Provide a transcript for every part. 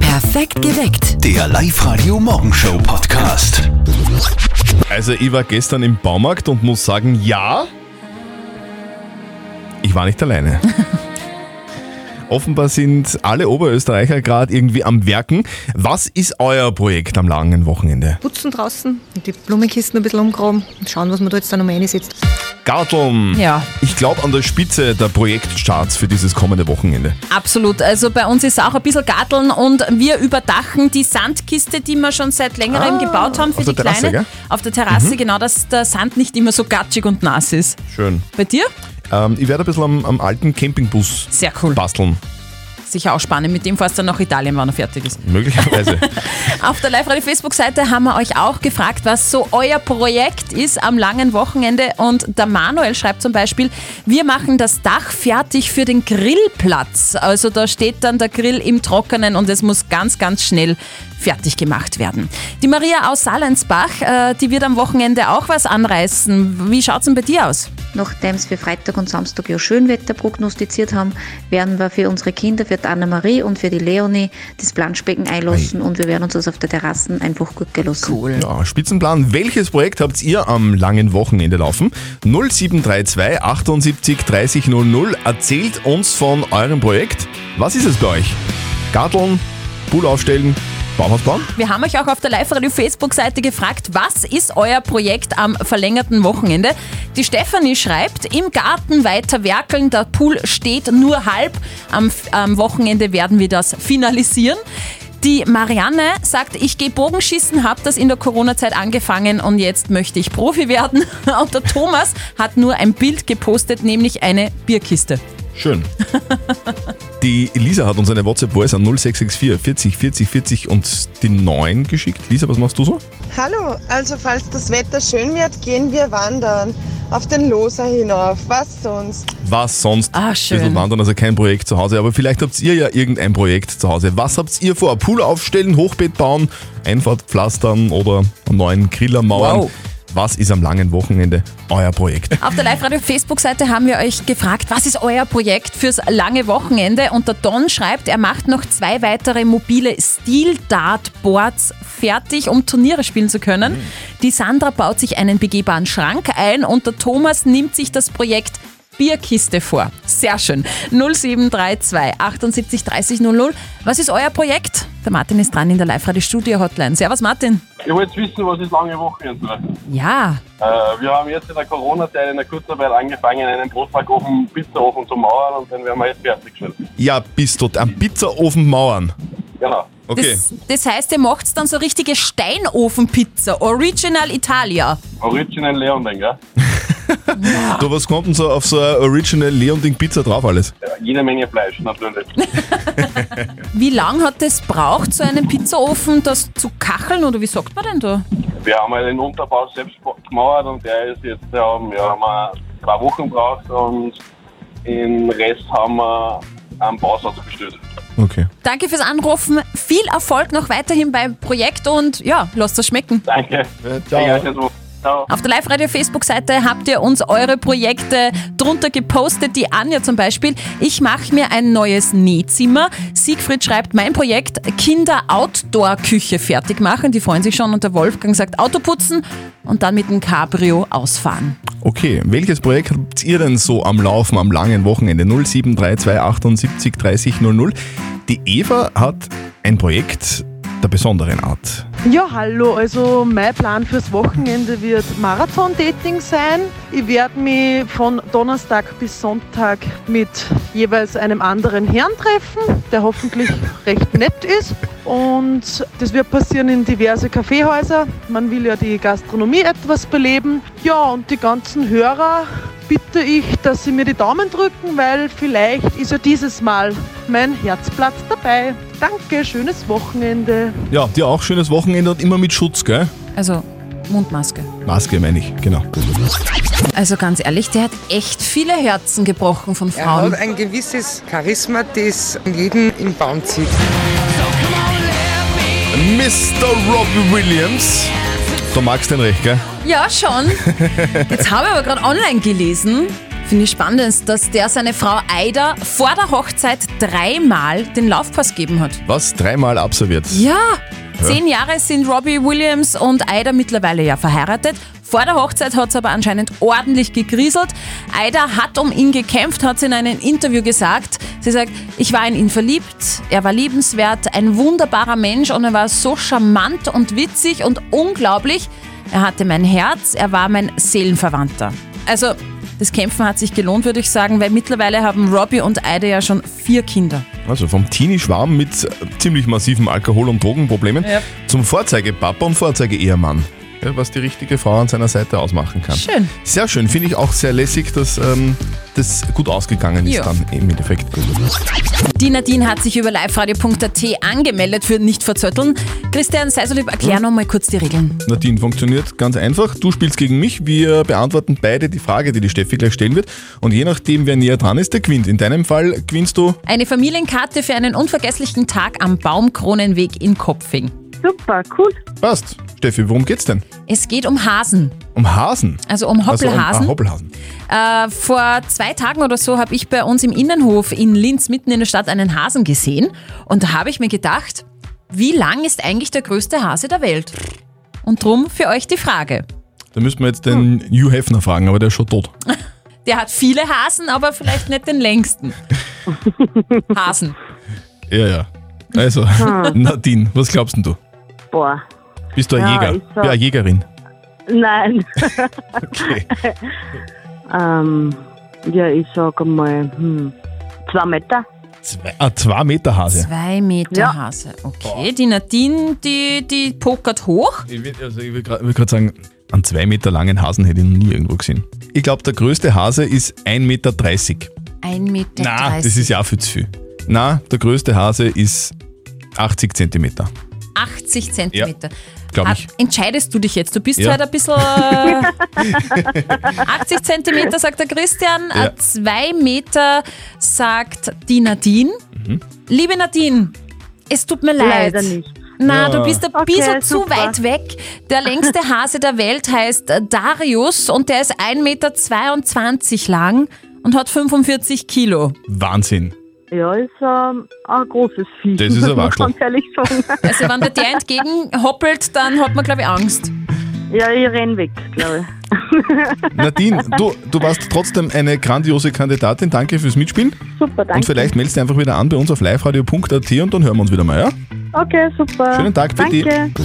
Perfekt geweckt. Der Live-Radio Morgenshow Podcast. Also ich war gestern im Baumarkt und muss sagen, ja, ich war nicht alleine. Offenbar sind alle Oberösterreicher gerade irgendwie am Werken. Was ist euer Projekt am langen Wochenende? putzen draußen und die Blumenkisten ein bisschen umgraben und schauen, was man da jetzt dann um einsetzt. Garteln. Ja. Ich glaube an der Spitze der Projektstarts für dieses kommende Wochenende. Absolut. Also bei uns ist auch ein bisschen Garteln und wir überdachen die Sandkiste, die wir schon seit längerem Ah. gebaut haben für auf die der Terrasse, Kleine. gell? Mhm. Auf der Terrasse, genau, dass der Sand nicht immer so gatschig und nass ist. Schön. Bei dir? Ähm, ich werde ein bisschen am, am alten Campingbus Sehr cool. basteln. Sicher auch spannend. Mit dem fährst du dann nach Italien, wenn er fertig ist. Möglicherweise. Auf der Live-Radio-Facebook-Seite haben wir euch auch gefragt, was so euer Projekt ist am langen Wochenende. Und der Manuel schreibt zum Beispiel, wir machen das Dach fertig für den Grillplatz. Also da steht dann der Grill im Trockenen und es muss ganz, ganz schnell fertig gemacht werden. Die Maria aus Salensbach, äh, die wird am Wochenende auch was anreißen. Wie schaut's denn bei dir aus? Nachdem wir Freitag und Samstag ja Schönwetter prognostiziert haben, werden wir für unsere Kinder, für die Annemarie und für die Leonie das Planschbecken einlassen und wir werden uns das auf der Terrasse einfach gut gelassen. Ja, Spitzenplan. Welches Projekt habt ihr am langen Wochenende laufen? 0732 78 30 00. Erzählt uns von eurem Projekt. Was ist es bei euch? Garteln, Pool aufstellen, Baumhaus bauen? Wir haben euch auch auf der Live-Radio-Facebook-Seite gefragt, was ist euer Projekt am verlängerten Wochenende? Die Stefanie schreibt, im Garten weiter werkeln, der Pool steht nur halb. Am, am Wochenende werden wir das finalisieren. Die Marianne sagt, ich gehe Bogenschießen, habe das in der Corona-Zeit angefangen und jetzt möchte ich Profi werden. Und der Thomas hat nur ein Bild gepostet, nämlich eine Bierkiste. Schön. Die Lisa hat uns eine WhatsApp-Voice an 0664 40 40 40 und die 9 geschickt. Lisa, was machst du so? Hallo, also falls das Wetter schön wird, gehen wir wandern. Auf den Loser hinauf, was sonst? Was sonst? Ah, schön. Bisschen wandern, also kein Projekt zu Hause. Aber vielleicht habt ihr ja irgendein Projekt zu Hause. Was habt ihr vor? Pool aufstellen, Hochbett bauen, Einfahrt pflastern oder einen neuen Griller mauern? Wow. Was ist am langen Wochenende euer Projekt? Auf der Live-Radio-Facebook-Seite haben wir euch gefragt, was ist euer Projekt fürs lange Wochenende? Und der Don schreibt, er macht noch zwei weitere mobile Steel-Dartboards fertig, um Turniere spielen zu können. Die Sandra baut sich einen begehbaren Schrank ein und der Thomas nimmt sich das Projekt Bierkiste vor. Sehr schön. 0732 78 30 00. Was ist euer Projekt? Der Martin ist dran in der Live-Radio-Studio-Hotline. Servus Martin. Ihr wollt wissen, was ist lange Wochenende? Ja, Äh, wir haben jetzt in der Corona-Zeit in der Kurzarbeit angefangen, einen Brotbackofen, Pizzaofen zu mauern und den werden wir jetzt fertigstellen. Ja, bist du am Pizzaofen mauern. Genau. Okay. Das, das heißt, ihr macht dann so richtige Steinofenpizza, Original Italia. Original Leonding, ja? du, was kommt denn so auf so eine Original Leonding Pizza drauf alles? ja? Jede Menge Fleisch, natürlich. Wie lange hat es braucht, so einen Pizzaofen das zu kacheln oder wie sagt man denn da? Wir haben halt den Unterbau selbst gemauert und der ist jetzt, ähm, ja, haben wir zwei Wochen gebraucht und den Rest haben wir am Bausatz bestellt. Okay. Danke fürs Anrufen, viel Erfolg noch weiterhin beim Projekt und ja, lasst es schmecken. Danke. Ja, ciao. Ich jetzt mal. Ciao. Auf der Live-Radio-Facebook-Seite habt ihr uns eure Projekte drunter gepostet. Die Anja zum Beispiel, ich mache mir ein neues Nähzimmer. Siegfried schreibt, mein Projekt Kinder-Outdoor-Küche fertig machen. Die freuen sich schon und der Wolfgang sagt, Auto putzen und dann mit dem Cabrio ausfahren. Okay, welches Projekt habt ihr denn so am Laufen am langen Wochenende? 0732 78 30 00. Die Eva hat ein Projekt der besonderen Art. Ja, hallo. Also mein Plan fürs Wochenende wird Marathon-Dating sein. Ich werde mich von Donnerstag bis Sonntag mit jeweils einem anderen Herrn treffen, der hoffentlich recht nett ist. Und das wird passieren in diverse Kaffeehäuser. Man will ja die Gastronomie etwas beleben. Ja, und die ganzen Hörer bitte ich, dass sie mir die Daumen drücken, weil vielleicht ist ja dieses Mal mein Herzplatz dabei. Danke, schönes Wochenende. Ja, dir auch schönes Wochenende und immer mit Schutz, gell? Also Mundmaske. Maske meine ich, genau. Also ganz ehrlich, der hat echt viele Herzen gebrochen von Er hat Frauen. ein gewisses Charisma, das jeden im Baum zieht. Mr. Robbie Williams. Du magst den recht, gell? Ja, schon. Jetzt habe ich aber gerade online gelesen, finde ich spannend, dass der seine Frau Aida vor der Hochzeit dreimal den Laufpass gegeben hat. Was dreimal absolviert. Ja! Zehn Jahre sind Robbie Williams und Aida mittlerweile ja verheiratet. Vor der Hochzeit hat es aber anscheinend ordentlich gekriselt. Aida hat um ihn gekämpft, hat sie in einem Interview gesagt. Sie sagt, ich war in ihn verliebt, er war liebenswert, ein wunderbarer Mensch und er war so charmant und witzig und unglaublich. Er hatte mein Herz, er war mein Seelenverwandter. Also, das Kämpfen hat sich gelohnt, würde ich sagen, weil mittlerweile haben Robbie und Aida ja schon vier Kinder. Also vom Teenie-Schwarm mit äh, ziemlich massiven Alkohol- und Drogenproblemen zum Vorzeigepapa und Vorzeigeehemann. Ja, was die richtige Frau an seiner Seite ausmachen kann. Schön. Sehr schön, finde ich auch sehr lässig, dass ähm, das gut ausgegangen ist Ja. dann im Endeffekt. Die Nadine hat sich über liveradio.at angemeldet für nicht verzötteln. Christian Seisolib, erklär noch mal kurz die Regeln. Nadine, funktioniert ganz einfach. Du spielst gegen mich, wir beantworten beide die Frage, die die Steffi gleich stellen wird. Und je nachdem, wer näher dran ist, der gewinnt. In deinem Fall gewinnst du Eine Familienkarte für einen unvergesslichen Tag am Baumkronenweg in Kopfing. Super, cool. Passt. Steffi, worum geht's denn? Es geht um Hasen, Um Hasen. also um Also um, Hoppelhasen. ah, Hoppelhasen. äh, vor zwei Tagen oder so habe ich bei uns im Innenhof in Linz mitten in der Stadt einen Hasen gesehen. Und da habe ich mir gedacht, wie lang ist eigentlich der größte Hase der Welt? Und drum für euch die Frage. Da müssten wir jetzt den Hm. Hugh Hefner fragen, aber der ist schon tot. Der hat viele Hasen, aber vielleicht nicht den längsten. Hasen. Ja, ja. Also, Nadine, was glaubst denn du? Boah, Bist du ein Ja, Jäger? ich sag- Ja, Jägerin. nein. Okay. Ähm, ja, ich sag mal, hm, zwei Meter. Zwei, ah, zwei Meter Hase. Zwei Meter Ja. Hase. Okay, die Nadine, die, die pokert hoch. Ich will, also ich will gerade sagen, einen zwei Meter langen Hasen hätte ich noch nie irgendwo gesehen. Ich glaube, der größte Hase ist 1,30 Meter. 1,30 Meter. Na, das ist ja auch viel zu viel. Na, der größte Hase ist 80 Zentimeter. 80 Zentimeter. Glaub Hat- ich. Entscheidest du dich jetzt? Du bist Ja. halt ein bisschen. Äh, 80 Zentimeter, sagt der Christian. Ja. Äh, Zwei Meter, sagt die Nadine. Mhm. Liebe Nadine, es tut mir leid. Leider nicht. Na, Ja. du bist ein Okay, bisschen zu super. weit weg. Der längste Hase der Welt heißt äh, Darius und der ist 1,22 Meter lang und hat 45 Kilo. Wahnsinn. Ja, ist ähm, ein großes Vieh. Das ist ein muss Waschel. man Ganz ehrlich sagen. Also wenn der dir entgegenhoppelt, dann hat man, glaube ich, Angst. ja, ich renn weg, glaube ich. Nadine, du, du warst trotzdem eine grandiose Kandidatin. Danke fürs Mitspielen. Super, danke. Und vielleicht meldest du einfach wieder an bei uns auf liveradio.at und dann hören wir uns wieder mal, ja? Okay, super. Schönen Tag für die. Danke.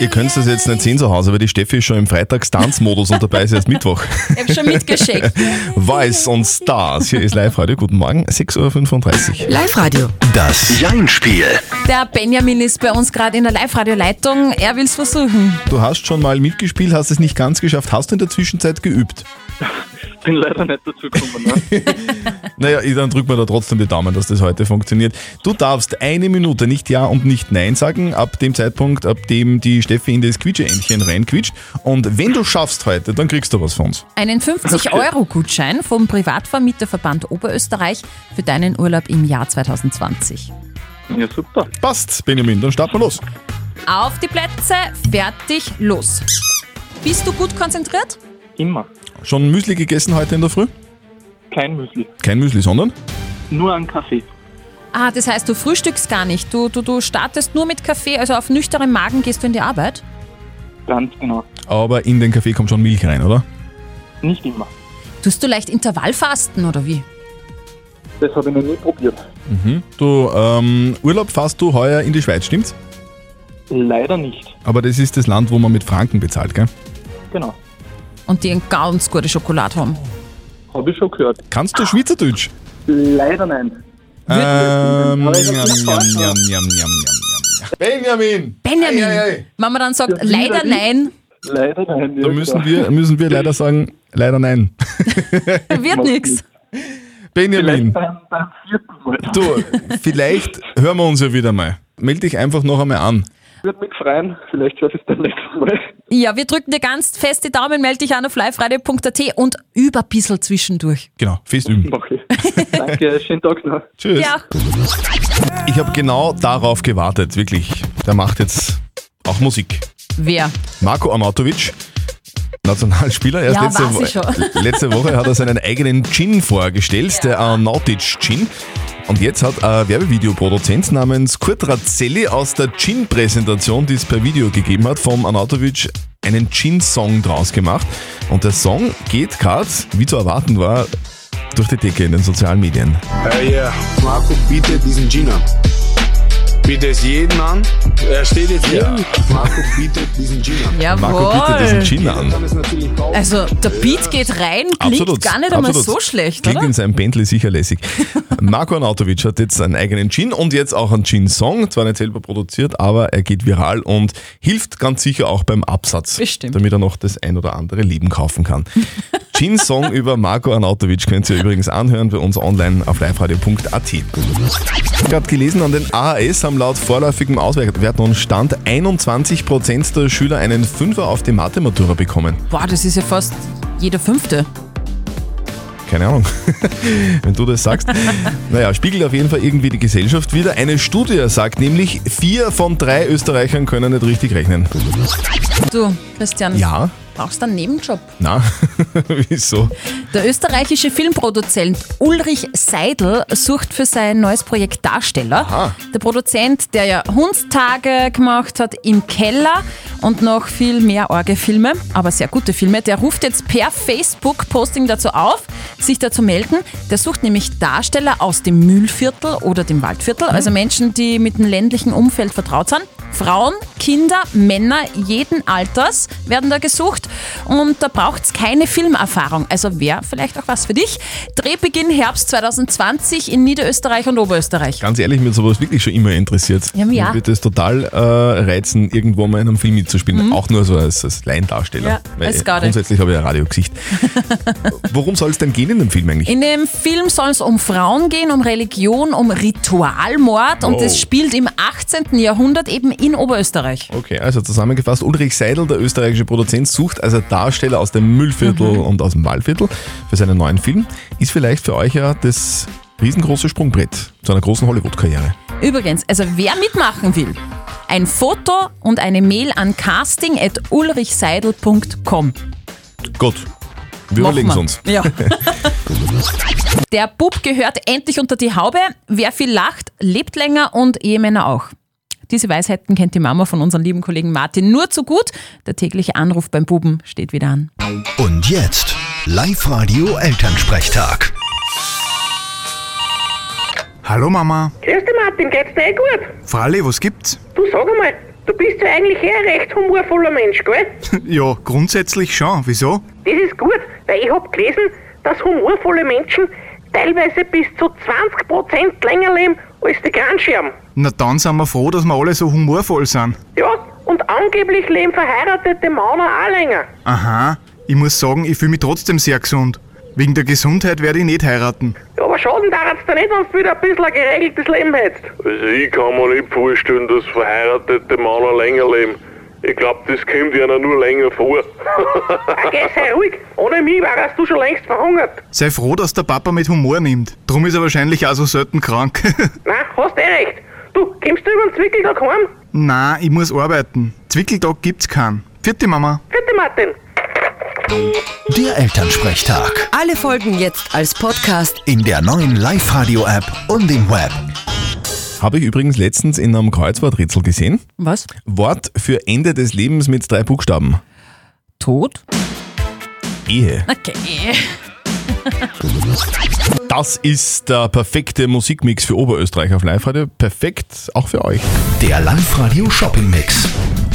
Ihr könnt das jetzt nicht sehen zu Hause, weil die Steffi ist schon im Freitagstanzmodus und dabei ist erst Mittwoch. Ich habe schon mitgeschickt. Weiß und Stars. Hier ist Live-Radio. Guten Morgen, 6.35 Uhr. Live-Radio. Das Jein-Spiel. Der Benjamin ist bei uns gerade in der Live-Radio-Leitung. Er will es versuchen. Du hast schon mal mitgespielt, hast es nicht ganz geschafft. Hast du in der Zwischenzeit geübt? bin leider nicht dazu gekommen. Ne? Naja, ich- dann drücken wir da trotzdem die Daumen, dass das heute funktioniert. Du darfst eine Minute nicht Ja und nicht Nein sagen, ab dem Zeitpunkt, ab dem die Steffi in das Quietscheentchen reinquietscht. Und wenn du schaffst heute, dann kriegst du was von uns. Einen 50-Euro-Gutschein vom Privatvermieterverband Oberösterreich für deinen Urlaub im Jahr 2020. ja, super. Passt, Benjamin, dann starten wir los. Auf die Plätze, fertig, los. Bist du gut konzentriert? Immer. Schon Müsli gegessen heute in der Früh? Kein Müsli. Kein Müsli, sondern? Nur ein Kaffee. Ah, das heißt, du frühstückst gar nicht. Du, du, du startest nur mit Kaffee, also auf nüchternem Magen gehst du in die Arbeit. Ganz genau. Aber in den Kaffee kommt schon Milch rein, oder? Nicht immer. Tust du leicht Intervallfasten oder wie? Das habe ich noch nie probiert. Du, ähm, Urlaub fährst du heuer in die Schweiz, stimmt's? Leider nicht. Aber das ist das Land, wo man mit Franken bezahlt, gell? Genau. Und die eine ganz gute Schokolade haben. Habe ich schon gehört. Kannst du Schweizerdeutsch? Leider nein. Ähm, Aber jam, ich jam, hab's jam, nicht jam, jam, jam. Benjamin! Benjamin, Ei, ei, ei. wenn man dann sagt, wieder leider nicht. nein, Leider nein. Da müssen wir, müssen wir leider sagen, leider nein. wird nichts. Benjamin, beim, beim vierten Mal. du, vielleicht hören wir uns ja wieder mal. Meld dich einfach noch einmal an. Würde mich freuen. Vielleicht schaffe ich es beim nächsten Mal. Ja, wir drücken dir ganz fest die Daumen, melde dich an auf liveradio.at und über ein bisschen zwischendurch. Genau, fest üben. Mach ich. Danke. Schönen Tag noch. Tschüss. Ja, Ich habe genau darauf gewartet, wirklich. Der macht jetzt auch Musik. wer? Marco Arnautovic Nationalspieler. Erst Ja, letzte, weiß ich schon. letzte Woche hat er seinen eigenen Gin vorgestellt, der äh, Nautic Gin. Und jetzt hat ein Werbevideoproduzent namens Kurt Razzelli aus der Gin-Präsentation, die es per Video gegeben hat, vom Anatovic einen Gin-Song draus gemacht. Und der Song geht gerade, wie zu erwarten war, durch die Decke in den sozialen Medien. Hey, yeah. Marco bietet diesen Gin an. Bietet es jeden an. Er steht jetzt hier. Marco bietet diesen Gin an. Jawohl. Marco bietet diesen Gin an. Dann ist natürlich auch Also der Beat geht rein, klingt Absolut. gar nicht einmal absolut. so schlecht, Klingt oder? in seinem Bentley sicher lässig. Marco Arnautovic hat jetzt seinen eigenen Gin und jetzt auch einen Gin-Song. Zwar nicht selber produziert, aber er geht viral und hilft ganz sicher auch beim Absatz. Bestimmt. Damit er noch das ein oder andere Leben kaufen kann. Gin-Song über Marco Arnautovic könnt ihr übrigens anhören bei uns online auf liveradio.at. Ich habe gerade gelesen, an den AHS haben laut vorläufigem Auswertung und Stand 21% der Schüler einen Fünfer auf die Mathe-Matura bekommen. Boah, das ist ja fast jeder Fünfte. Keine Ahnung, wenn du das sagst. Naja, spiegelt auf jeden Fall irgendwie die Gesellschaft wieder. Eine Studie sagt nämlich, vier von drei Österreichern können nicht richtig rechnen. Du, Christian, Ja? brauchst einen Nebenjob. Na, wieso? Der österreichische Filmproduzent Ulrich Seidel sucht für sein neues Projekt Darsteller. Aha. Der Produzent, der ja Hundstage gemacht hat im Keller und noch viel mehr Orgelfilme, aber sehr gute Filme, der ruft jetzt per Facebook-Posting dazu auf, sich dazu melden. Der sucht nämlich Darsteller aus dem Mühlviertel oder dem Waldviertel, also Menschen, die mit dem ländlichen Umfeld vertraut sind. Frauen, Kinder, Männer jeden Alters werden da gesucht und da braucht es keine Filmerfahrung. Also wäre vielleicht auch was für dich. Drehbeginn Herbst 2020 in Niederösterreich und Oberösterreich. Ganz ehrlich, mich hat sowas wirklich schon immer interessiert. Ja, mich auch. Mich würde es total äh, reizen, irgendwo mal in einem Film mitzuspielen. Auch nur so als, als Laiendarsteller. Mhm. Ja, Weil als Garde. grundsätzlich habe ich ein Radiogesicht. Worum soll es denn gehen in dem Film eigentlich? In dem Film soll es um Frauen gehen, um Religion, um Ritualmord und Wow. es spielt im 18. Jahrhundert eben in Oberösterreich. Okay, also zusammengefasst, Ulrich Seidel, der österreichische Produzent, sucht also Darsteller aus dem Müllviertel Mhm. und aus dem Waldviertel für seinen neuen Film. Ist vielleicht für euch ja das riesengroße Sprungbrett zu einer großen Hollywood-Karriere. Übrigens, also wer mitmachen will, ein Foto und eine Mail an casting.ulrichseidel.com. Gut, Machen wir überlegen es wir. uns. Ja. Der Bub gehört endlich unter die Haube. Wer viel lacht, lebt länger und Ehemänner auch. Diese Weisheiten kennt die Mama von unserem lieben Kollegen Martin nur zu gut. Der tägliche Anruf beim Buben steht wieder an. Und jetzt Live-Radio Elternsprechtag. Hallo Mama. Grüß dich, Martin, geht's dir eh gut? Fralli, was gibt's? Du sag einmal, du bist ja eigentlich eh ein recht humorvoller Mensch, gell? ja, grundsätzlich schon. Wieso? Das ist gut, weil ich hab gelesen, dass humorvolle Menschen teilweise bis zu 20% länger leben als die Krankscherben. Na dann sind wir froh, dass wir alle so humorvoll sind. Ja, und angeblich leben verheiratete Männer auch länger. Aha. Ah, Ich muss sagen, ich fühle mich trotzdem sehr gesund. Wegen der Gesundheit werde ich nicht heiraten. Ja, aber schaden daran da nicht, wenn du wieder ein bisschen ein geregeltes Leben hättest. Also ich kann mir nicht vorstellen, dass verheiratete Männer länger leben. Ich glaube, das kommt ihnen nur länger vor. Ah, geh, sei ruhig, ohne mich wärst du schon längst verhungert. Sei froh, dass der Papa mit Humor nimmt. Drum ist er wahrscheinlich auch so selten krank. Na, hast eh recht. Du, kommst du über den Zwickeltag heim? Na, ich muss arbeiten. Zwickeltag gibt's keinen. Vierte Mama. Bitte, Martin. Der Elternsprechtag. Alle Folgen jetzt als Podcast. In der neuen Live-Radio-App und im Web. Habe ich übrigens letztens in einem Kreuzworträtsel gesehen. Was? Wort für Ende des Lebens mit drei Buchstaben. Tod? Ehe. Okay. Das ist der perfekte Musikmix für Oberösterreich auf Live-Radio. Perfekt auch für euch. Der Live-Radio Shopping Mix.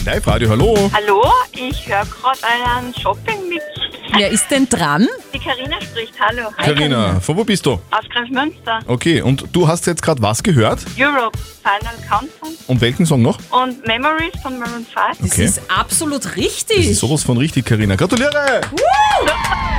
Live-Radio, hallo. Hallo, ich höre gerade einen Shopping-Mix. Wer ist denn dran? Die Karina spricht, hallo. Karina, von wo bist du? Aus Greifmünster. Okay, und du hast jetzt gerade was gehört? Europe, Final Countdown Und welchen Song noch? und Memories von Maroon 5. Das Okay. ist absolut Das richtig. ist sowas von richtig, Karina. Gratuliere!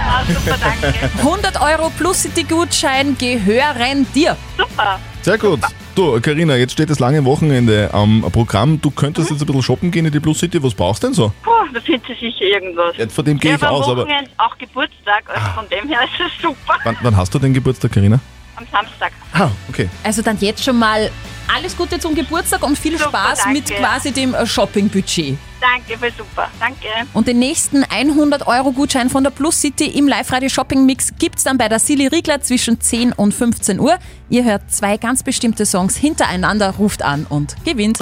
Ah, super, danke. 100 Euro plus City-Gutschein gehören dir. Super. Sehr gut. Du, Karina, jetzt steht das lange Wochenende am Programm. Du könntest jetzt ein bisschen shoppen gehen in die Plus City. Was brauchst du denn so? Puh, da findet sie sicher irgendwas. Jetzt von dem gehe Ja, ich aber am aus, aber Wochenende auch Geburtstag, also von dem her ist es super. wann, wann hast du den Geburtstag, Karina? Am Samstag. Ah, okay. Also dann jetzt schon mal alles Gute zum Geburtstag und viel Spaß mit danke. quasi dem äh, Shoppingbudget. Danke, war super. Danke. Und den nächsten 100-Euro-Gutschein von der Plus City im Live-Radio-Shopping-Mix gibt's dann bei der Silly Riegler zwischen 10 und 15 Uhr. Ihr hört zwei ganz bestimmte Songs hintereinander, ruft an und gewinnt.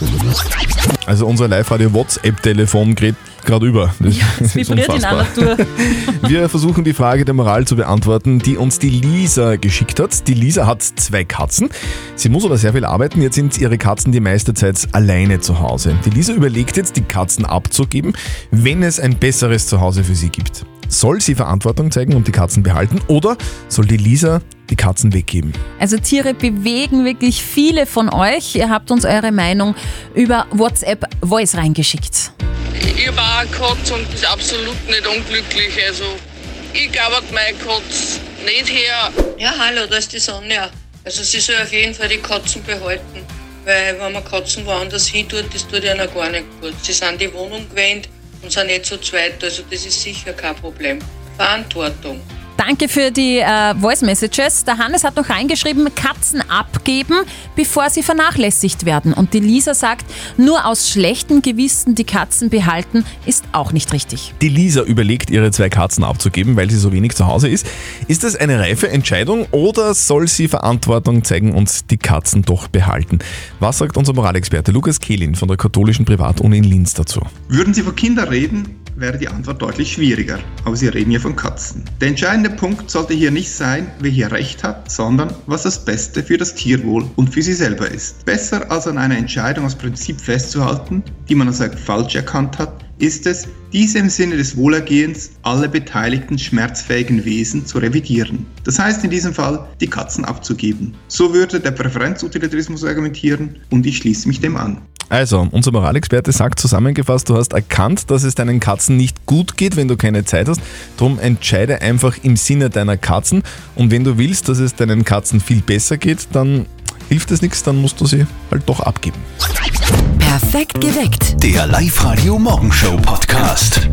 Also unser Live-Radio-WhatsApp-Telefon geht gerade über. Das Es vibriert in einer Tour. Wir versuchen die Frage der Moral zu beantworten, die uns die Lisa geschickt hat. Die Lisa hat zwei Katzen. Sie muss aber sehr viel arbeiten. Jetzt sind ihre Katzen die meiste Zeit alleine zu Hause. Die Lisa überlegt jetzt, die Katzen abzugeben, wenn es ein besseres Zuhause für sie gibt. Soll sie Verantwortung zeigen und die Katzen behalten oder soll die Lisa die Katzen weggeben? Also Tiere bewegen wirklich viele von euch. Ihr habt uns eure Meinung über WhatsApp Voice reingeschickt. Ich habe auch einen Katz und ist absolut nicht unglücklich. Also, ich glaube meinen Katz nicht her. Ja, hallo, da ist die Sonja. Also, sie soll auf jeden Fall die Katzen behalten. Weil, wenn man Katzen woanders hin tut, das tut ihnen gar nicht gut. Sie sind die Wohnung gewöhnt und sind nicht zu zweit. Also, das ist sicher kein Problem. Verantwortung. Danke für die äh, Voice Messages. Der Hannes hat noch reingeschrieben, Katzen abgeben, bevor sie vernachlässigt werden. Und die Lisa sagt, nur aus schlechtem Gewissen die Katzen behalten, ist auch nicht richtig. Die Lisa überlegt, ihre zwei Katzen abzugeben, weil sie so wenig zu Hause ist. Ist das eine reife Entscheidung oder soll sie Verantwortung zeigen und die Katzen doch behalten? Was sagt unser Moralexperte Lukas Kehlin von der katholischen Privatuni in Linz dazu? Würden Sie von Kindern reden, wäre die Antwort deutlich schwieriger. Aber Sie reden hier von Katzen. Der entscheidende Punkt sollte hier nicht sein, wer hier recht hat, sondern was das Beste für das Tierwohl und für Sie selber ist. Besser als an einer Entscheidung aus Prinzip festzuhalten, die man als falsch erkannt hat, ist es, diese im Sinne des Wohlergehens alle beteiligten schmerzfähigen Wesen zu revidieren. Das heißt in diesem Fall, die Katzen abzugeben. So würde der Präferenzutilitarismus argumentieren und ich schließe mich dem an. Also, unser Moralexperte sagt zusammengefasst, du hast erkannt, dass es deinen Katzen nicht gut geht, wenn du keine Zeit hast. Drum entscheide einfach im Sinne deiner Katzen. Und wenn du willst, dass es deinen Katzen viel besser geht, dann hilft es nichts, dann musst du sie halt doch abgeben. Perfekt geweckt. Der Live-Radio Morgenshow Podcast.